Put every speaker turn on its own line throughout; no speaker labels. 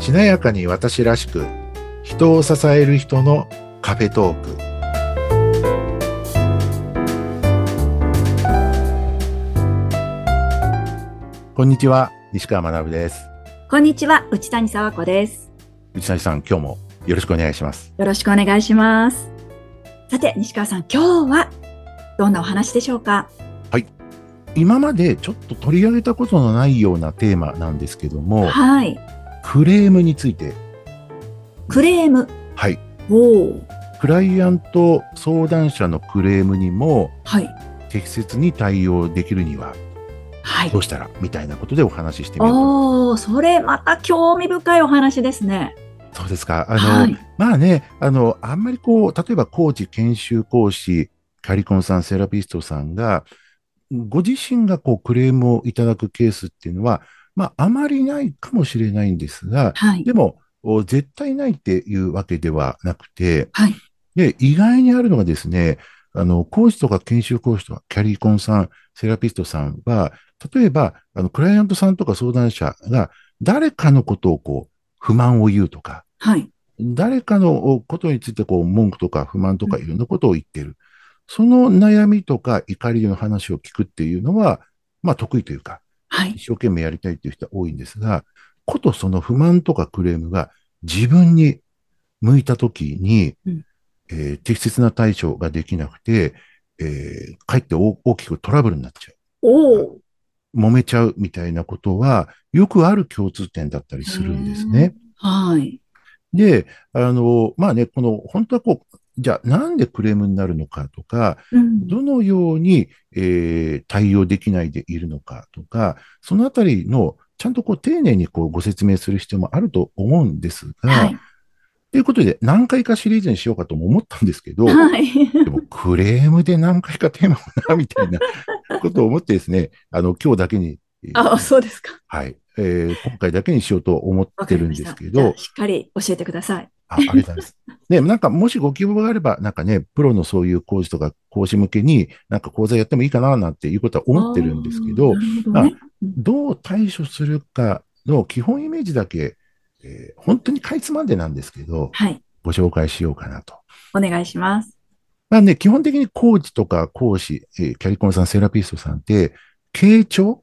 華やかに私らしく人を支える人のカフェトークこんにちは西川学です
こんにちは、内谷沢子です。
内谷さん今日もよろしくお願いします
よろしくお願いします。さて、西川さん、今日はどんなお話でしょうか
今までちょっと取り上げたことのないようなテーマなんですけども
はい。
クレームについて
クレーム。
はい
おー
クライアント相談者のクレームにも
はい。
適切に対応できるには
はい
ど。うしたらみたいなことでお話ししてみようと思います
おー、それまた興味深いお話ですね。
そうですか。あの、
はい。
まあね、あの、あんまりこう、例えばコーチ、研修講師、カリコンさん、セラピストさんが、ご自身がこう、クレームをいただくケースっていうのは、まあ、あまりないかもしれないんですが、
はい。
でも、お絶対ないっていうわけではなくて、
はい
で、意外にあるのがですね、あの、講師とか研修講師とか、キャリーコンさん、セラピストさんは、例えば、あの、クライアントさんとか相談者が、誰かのことをこう、不満を言うとか、
はい。
誰かのことについてこう文句とか不満とかいろんなことを言ってる。その悩みとか怒りの話を聞くっていうのは、まあ得意というか、
はい。
一生懸命やりたいっていう人は多いんですが、ことその不満とかクレームが自分に向いたときに、
うん
えー適切な対処ができなくて、えーかえって大大きくトラブルになっちゃ
おー。
う。揉めちゃうみたいなことは、よくある共通点だったりするんですね。
はい。
で、あの、まあね、この、本当はこう、じゃあなんでクレームになるのかとか、
うん
どのように、えー対応できないでいるのかとか、そのあたりの、ちゃんとこう丁寧にこうご説明する必要もあると思うんですが、
はい。
ということで何回かシリーズにしようかとも思ったんですけど、
はい。
でもクレームで何回かテーマかな、みた いなことを思ってですね、あの、今日だけに、えー
あ、そうですか。
はい、えー今回だけにしようと思
わ
っ
か
て
り
るん
ま
で
した。
すけ
じゃ
ど
あ、しっかり教えてください。
あありがとうござい ます。ね、なんかもしご希望があれば、なんかね、プロのそういう講師とか講師向けに、なんか講座やってもいいかななんていうことは思ってるんですけど
あー、なるほどね
どう対処するかの基本イメージだけ、えー本当にかいつまんでなんですけど、
はい。
ご紹介しようかなと。
お願いします。
まあね、基本的にコーチとか講師、えーキャリコンさん、セラピストさんって、傾聴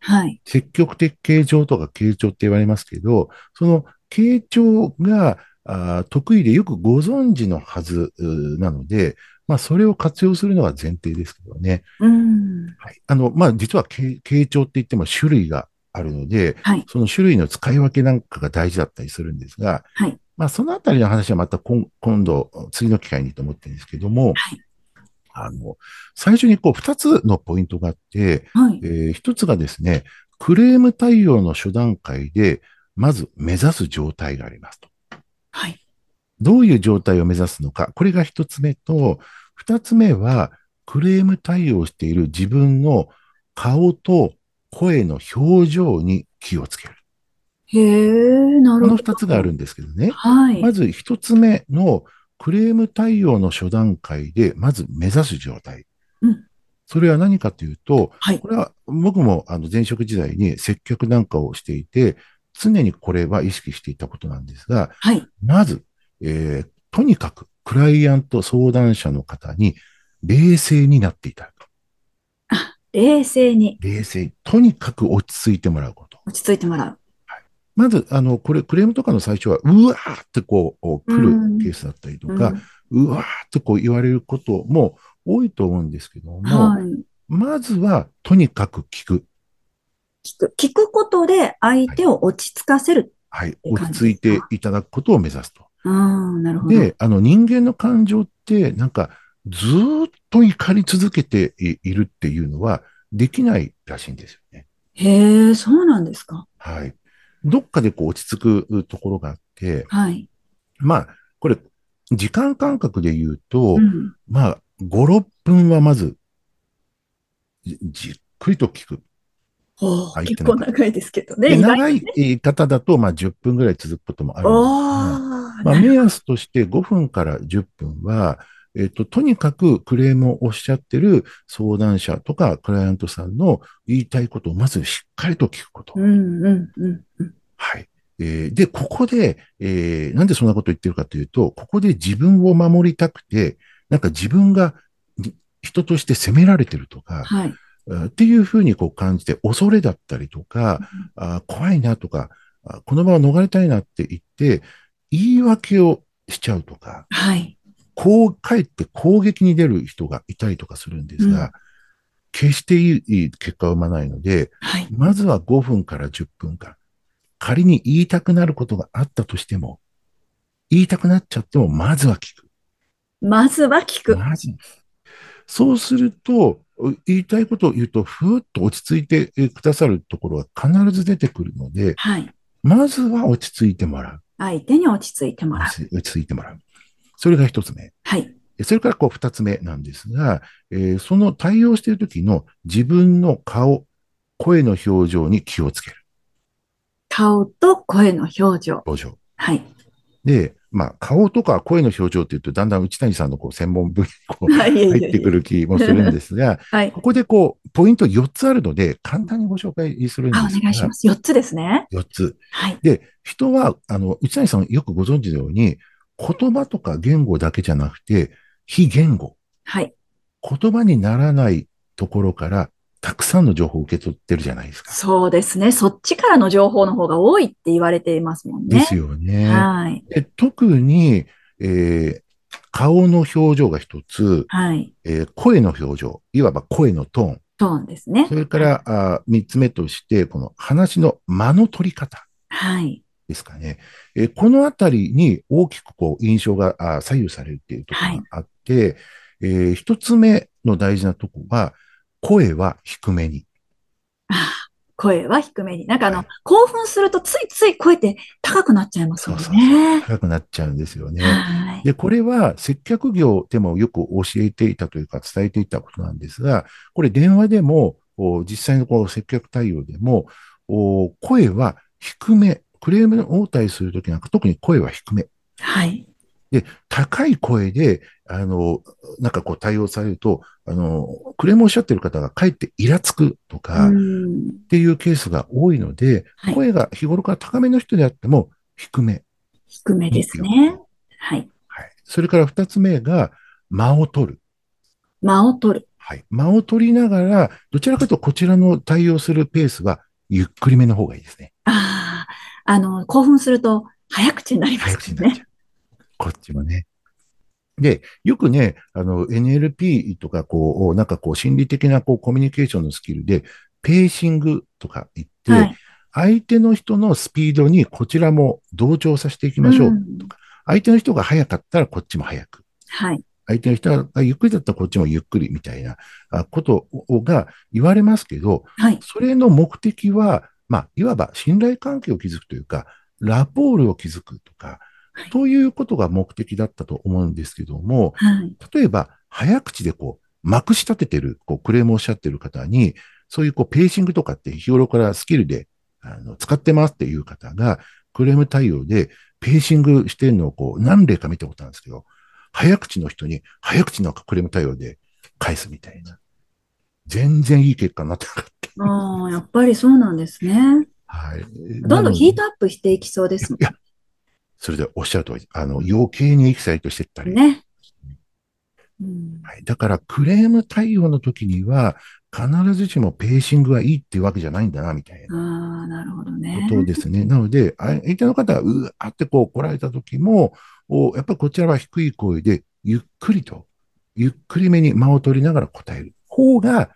はい。
積極的傾聴とか傾聴って言われますけど、その傾聴があー得意でよくご存知のはずうーなので、まあそれを活用するのが前提ですけどね。
うん。
はい、あの、まあ実は傾傾聴って言っても種類があるので、
はい
その種類の使い分けなんかが大事だったりするんですが、
はい
まあそのあたりの話はまた今今度、次の機会にと思ってるんですけども、
はい
あの、最初にこう二つのポイントがあって、
はい。
えー一つがですね、クレーム対応の初段階で、まず目指す状態がありますと。
はい。
どういう状態を目指すのか、これが一つ目と、二つ目は、クレーム対応している自分の顔と声の表情に気をつける。
へえ、な
こ
る
の
ほど。
二つがあ。るんですけどね。
はい。
まず一つ目のクレーム対応の初段階で、まず目指す状態。
うん
それは何かというと、
はい
これは僕もあの前職時代に接客なんかをしていて、常にこれは意識していたことなんですが、
はい。
まず、えーとにかくクライアント相談者の方に冷静になっていただく。
冷静に
冷静。とにかく落ち着いてもらうこと。
落ち着いてもらう。
まず、あの、これ、クレームとかの最初は、うわーってこう、来るケースだったりとか、うわーってこう言われることも多いと思うんですけども、
うんはい。
まずはとにかく聞く。
聞く。聞くことで相手を落ち着かせる。
はい。
いい
落
感じ
ち着いていただくことを目指すと。
うん、なるほど。
で、あの人間の感情って、なんかずーっと怒り続けていいるっていうのはできないらしいんですよね。
へえ、そうなんですか。
はい。どっかでこう落ち着くところがあって、
はい。
まあ、これ、時間感覚で言うと、
うん。
まあ、5、6分はまず、じじっくりと聞く。
おー
はい
結構長いですけど
で
ね。
長い言い方だと、まあ、10分ぐらい続くこともあるんですが
あ あ、
まあ、
なる
目安として5分から10分は、えっと、とにかくクレームをおっしゃってる相談者とかクライアントさんの言いたいことをまずしっかりと聞くこと。
うん、うん、うん、うん。
はい。えーで、ここで、えーなんでそんなこと言ってるかというと、ここで自分を守りたくて、なんか自分がに人として責められてるとか、
はい。
あっていうふうにこう感じて、恐れだったりとか、あ怖いなとか、あこの場を逃れたいなって言って、言い訳をしちゃうとか、
はい。
こう、かえって攻撃に出る人がいたりとかするんですが、
うん
決していいいい結果を生まないので、
はい。
まずは5分から10分間。仮に言いたくなることがあったとしても、言いたくなっちゃっても、まずは聞く。
まずは聞く。
まずは聞くそうすると、う言いたいことを言うと、ふーっと落ち着いてえくださるところは必ず出てくるので、
はい。
まずは落ち着いてもらう。
相手に落ち着いてもらう
落。ち落ち着いてもらう。それが一つ目。
はい。
それからこう二つ目なんですが、えーその対応している時の自分の顔、声の表情に気をつける。
顔と声の表情。
表情。
はい。
で、まあ、顔とか声の表情っていうと、だんだん内谷さんのこう専門分野にこう
はい。いえいえいえ
入ってくる気もするんです が、
はい
こ。こでこう、ポイント4つあるので、簡単にご紹介するんです
あ、
が、
お願いします。4つですね。
4つ。
はい。
で、人は、あの、内谷さんよくご存知のように、言葉とか言語だけじゃなくて、非言語。
はい。
言葉にならないところから、たくさんの情報を受け取ってるじゃないですか。
そうですね。そっちからの情報の方が多いって言われていますもんね。
ですよね。
はい。
で特に、えー顔の表情が一つ、
はい。
えー声の表情、いわば声のトーン、
トーンですね
そ。れから、あー三つ目として、この話の間の取り方
はい。
ですかね。えーこのあたりに大きくこう印象があー左右されるっていうところがあって、えー一つ目の大事なとこは、声は低めに。
声は低めに。なんかあの、
はい
興奮するとついつい声って高くなっちゃいますもんね。
そうそう高くなっちゃうんですよね。
はい。
で、これは接客業でもよく教えていたというか伝えていたことなんですが、これ電話でも、お実際のこう接客対応でも、お声は低め、クレームに応対するときなんか特に声は低め。
はい。
高い声で、あの、なんかこう対応されると、あの、クレームをおっしゃってる方がかえってイラつくとかっ
うん
ていうケースが多いので、
はい
声が日頃から高めの人であっても低め。
低めですね。はい。
はい。それから二つ目が、間を取る。
間を取る。
はい。間を取りながら、どちらかというとこちらの対応するペースは、ゆっくりめの方がいいですね。
ああ、あの、興奮すると早口になりま
早
す
口
よ
になっ
ね。
ちゃう。こっちもね。で、よくね、あの、NLP とか、こう、なんかこう、心理的な、こう、コミュニケーションのスキルで、ペーシングとか言って、
はい。
相手の人のスピードにこちらも同調させていきましょう。
ん
相手の人が早かったらこっちも早く。
はい。
相手の人がゆっくりだったらこっちもゆっくりみたいなあことをが言われますけど、
はい。
それの目的は、まあ、いわば信頼関係を築くというか、ラポールを築くとか
はい、
ということが目的だったと思うんですけども、
はい。
例えば、早口でこう、まくし立ててる、こう、クレームをおっしゃってる方に、そういうこう、ペーシングとかって日頃からスキルで、あの、使ってますっていう方が、クレーム対応で、ペーシングしてるのをこう、何例か見たことあるんですけど、早口の人に、早口のクレーム対応で返すみたいな。全然いい結果になってなかった。
ああ、やっぱりそうなんですね。
はい。
どんどんヒー
ト
トアップしていきそうですも
いや、それでおっしゃる通り、あの、余計にエキサイトしてったり。
んね。うん
はい。だから、クレーム対応の時には、必ずしもペーシングがいいっていうわけじゃないんだな、みたいな
ああ、なるほどね
こ。とですね。なので、あ相手の方がうわーってこう来られた時も、おやっぱりこちらは低い声で、ゆっくりと、ゆっくりめに間を取りながら答える方が、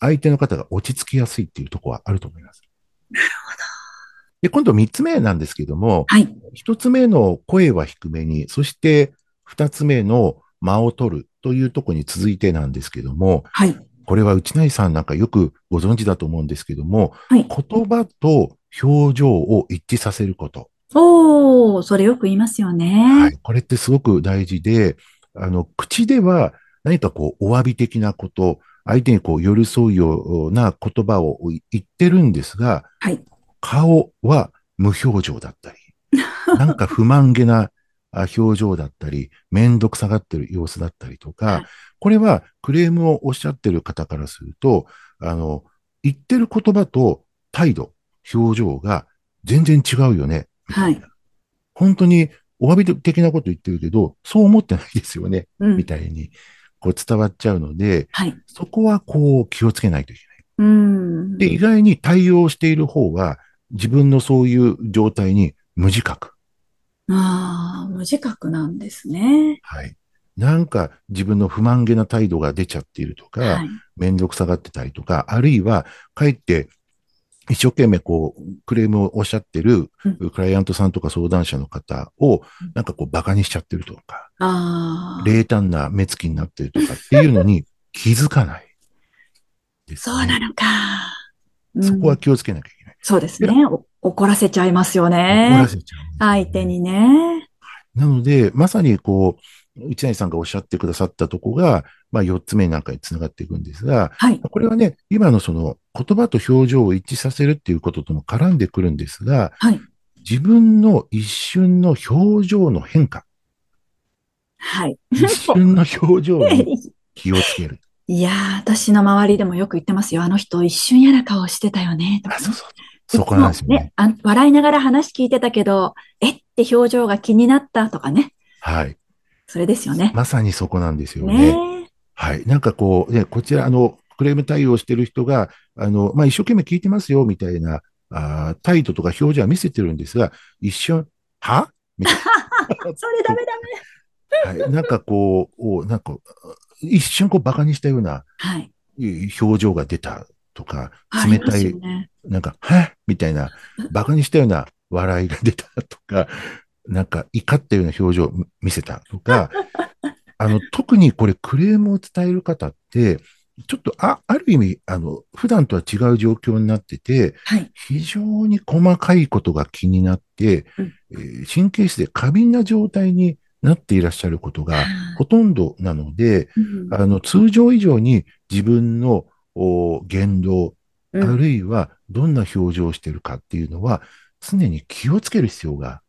相手の方が落ち着きやすいっていうところはあると思います。なるほど。で、今度三つ目なんですけども、
はい。
一つ目の声は低めに、そして二つ目の間を取るというところに続いてなんですけども、
はい。
これは内内さんなんかよくご存知だと思うんですけども、
はい。
言葉と表情を一致させること。
おー、それよく言いますよ
は
ね。
い。これってすごく大事で、あの、口では何かこう、お詫び的なこと、相手にこう、寄り添うような言葉を言ってるんですが、
はい。
顔は無表情だった り、なんか不満げなあ表情だったり、めんどくさがってる様子だったりと
はい
か、これはクレームをおっしゃってる方からすると、あの、言ってる言葉と態度、表情が全然違うよね。
はい。
本当にお詫び的なこと言ってるけど、そう思ってないですよね、
うん
みたいに、こう伝わっちゃうので、
はい。
そこはこう気をつけないといけない。
うん。
で、意外に対応している方は、自分のそういう状態に無自覚。
ああ、無自覚なんですね。
はい。なんか自分の不満げな態度が出ちゃっているとか、
はい。
めんどくさがってたりとか、あるいは、かえって、一生懸命こう、クレームをおっしゃってる
う、
クライアントさんとか相談者の方を
うん、
なんかこう、馬鹿にしちゃってるとか、
ああ。
冷淡な目つきになってるとかっていうのに気づかない、です
そう
ね
なのか。うん
そこは気をつけなきゃいけない。
そうですね。お怒らせちゃいますよ
怒ら
ね。
せちゃうんですよね
相手にね。
なので、まさにこう、一谷さんがおっしゃってくださったとこが、まあ4つ目なんかにつながっていくんですが、
はい。
これはね、今のその言葉と表情を一致させるっていうこととも絡んでくるんですが、
はい。
自分の一瞬の表情の変 化、
はい。
一瞬の表情に気をつけ る。
いやー、私の周りでもよく言ってますよ。あの人一瞬嫌な顔してたよね。とか
あ、
ね
そうそう。そこなんですよね。
あん笑いながら話聞いてたけど、えって表情が気になったとかね。
はい。
それですよね。
まさにそこなんですよね。
ね
はい。なんかこう、ね、こちら、あの、クレーム対応してる人が、あの、まあ、一生懸命聞いてますよ、みたいな、あー態度とか表情は見せてるんですが、一瞬、はみた い
え。それダメダメ。
な。はい。なんかこう、おなんか、一瞬こう、馬鹿にしたような
はい。
い表情が出たとか、
あ
冷
りま
た
す
い
よ、ね。
なんか、はみたいな、馬鹿にしたような笑いが出たとか、なんか、怒ったような表情を見せたとか、あの、特にこれクレームを伝える方って、ちょっと、あ、ある意味、あの、普段とは違う状況になってて、
はい。
非常に細かいことが気になって、
うん
えー神経質で過敏な状態になっていらっしゃることがほとんどなので、
うん
あの、通常以上に自分のお言動、あ
うん
るいはどんな表情をしてるかっていうのは、常に気をつける必要が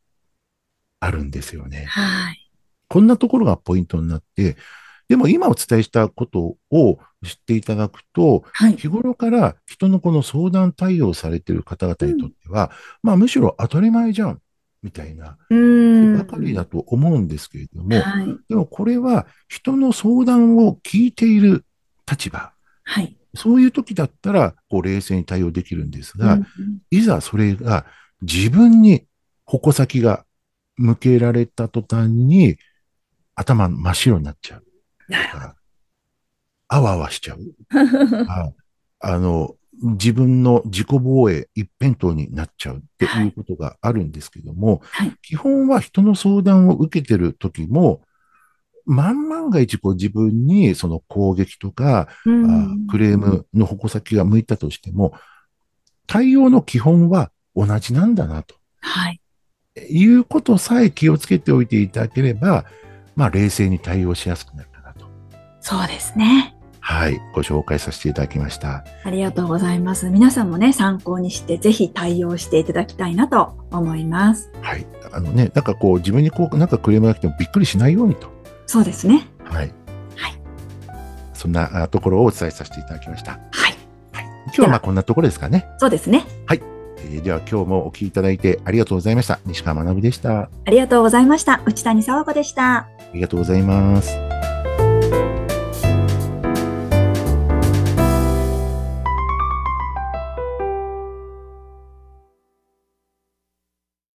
あるんですよね。
はい。
こんなところがポイントになって、でも今お伝えしたことを知っていただくと、
はい。
日頃から人のこの相談対応されてる方々にとっては、まあむしろ当たり前じゃん、みたいな、
うん。
ばかりだと思うんですけれども、
はい。
でもこれは人の相談を聞いている立場、
はい。
そういう時だったら、こう冷静に対応できるんですが、
うん
いざそれが自分に矛先が向けられた途端に頭真っ白になっちゃう
な
とか、あわあわしちゃう。
るほど。
ああの、自分の自己防衛一辺倒になっちゃうっていうことがあるんですけども、
はい
基本は人の相談を受けてる時も、万万が一こう自分にその攻撃とか、
うん
あクレームの矛先が向いたとしても、対応の基本は同じなんだなと
はい。
いうことさえ気をつけておいていただければ、まあ冷静に対応しやすくなるかなと。
そうですね。
はい。ご紹介させていただきました。
ありがとうございます。皆さんもね、参考にして、ぜひ対応していただきたいなと思います。
はい。あのね、なんかこう、自分にこう、なんかクレームが来てもびっくりしないようにと。
そうですね。
はい。
はい。
そんなあところをお伝えさせていただきました。
はい。
今日はまあこんなところですかね。
そうですね。
えーでは今日もお聞きいただいてありがとうございました。西川学でした。あ
ありがとうございました。内谷沢子でした。
りがとうございます。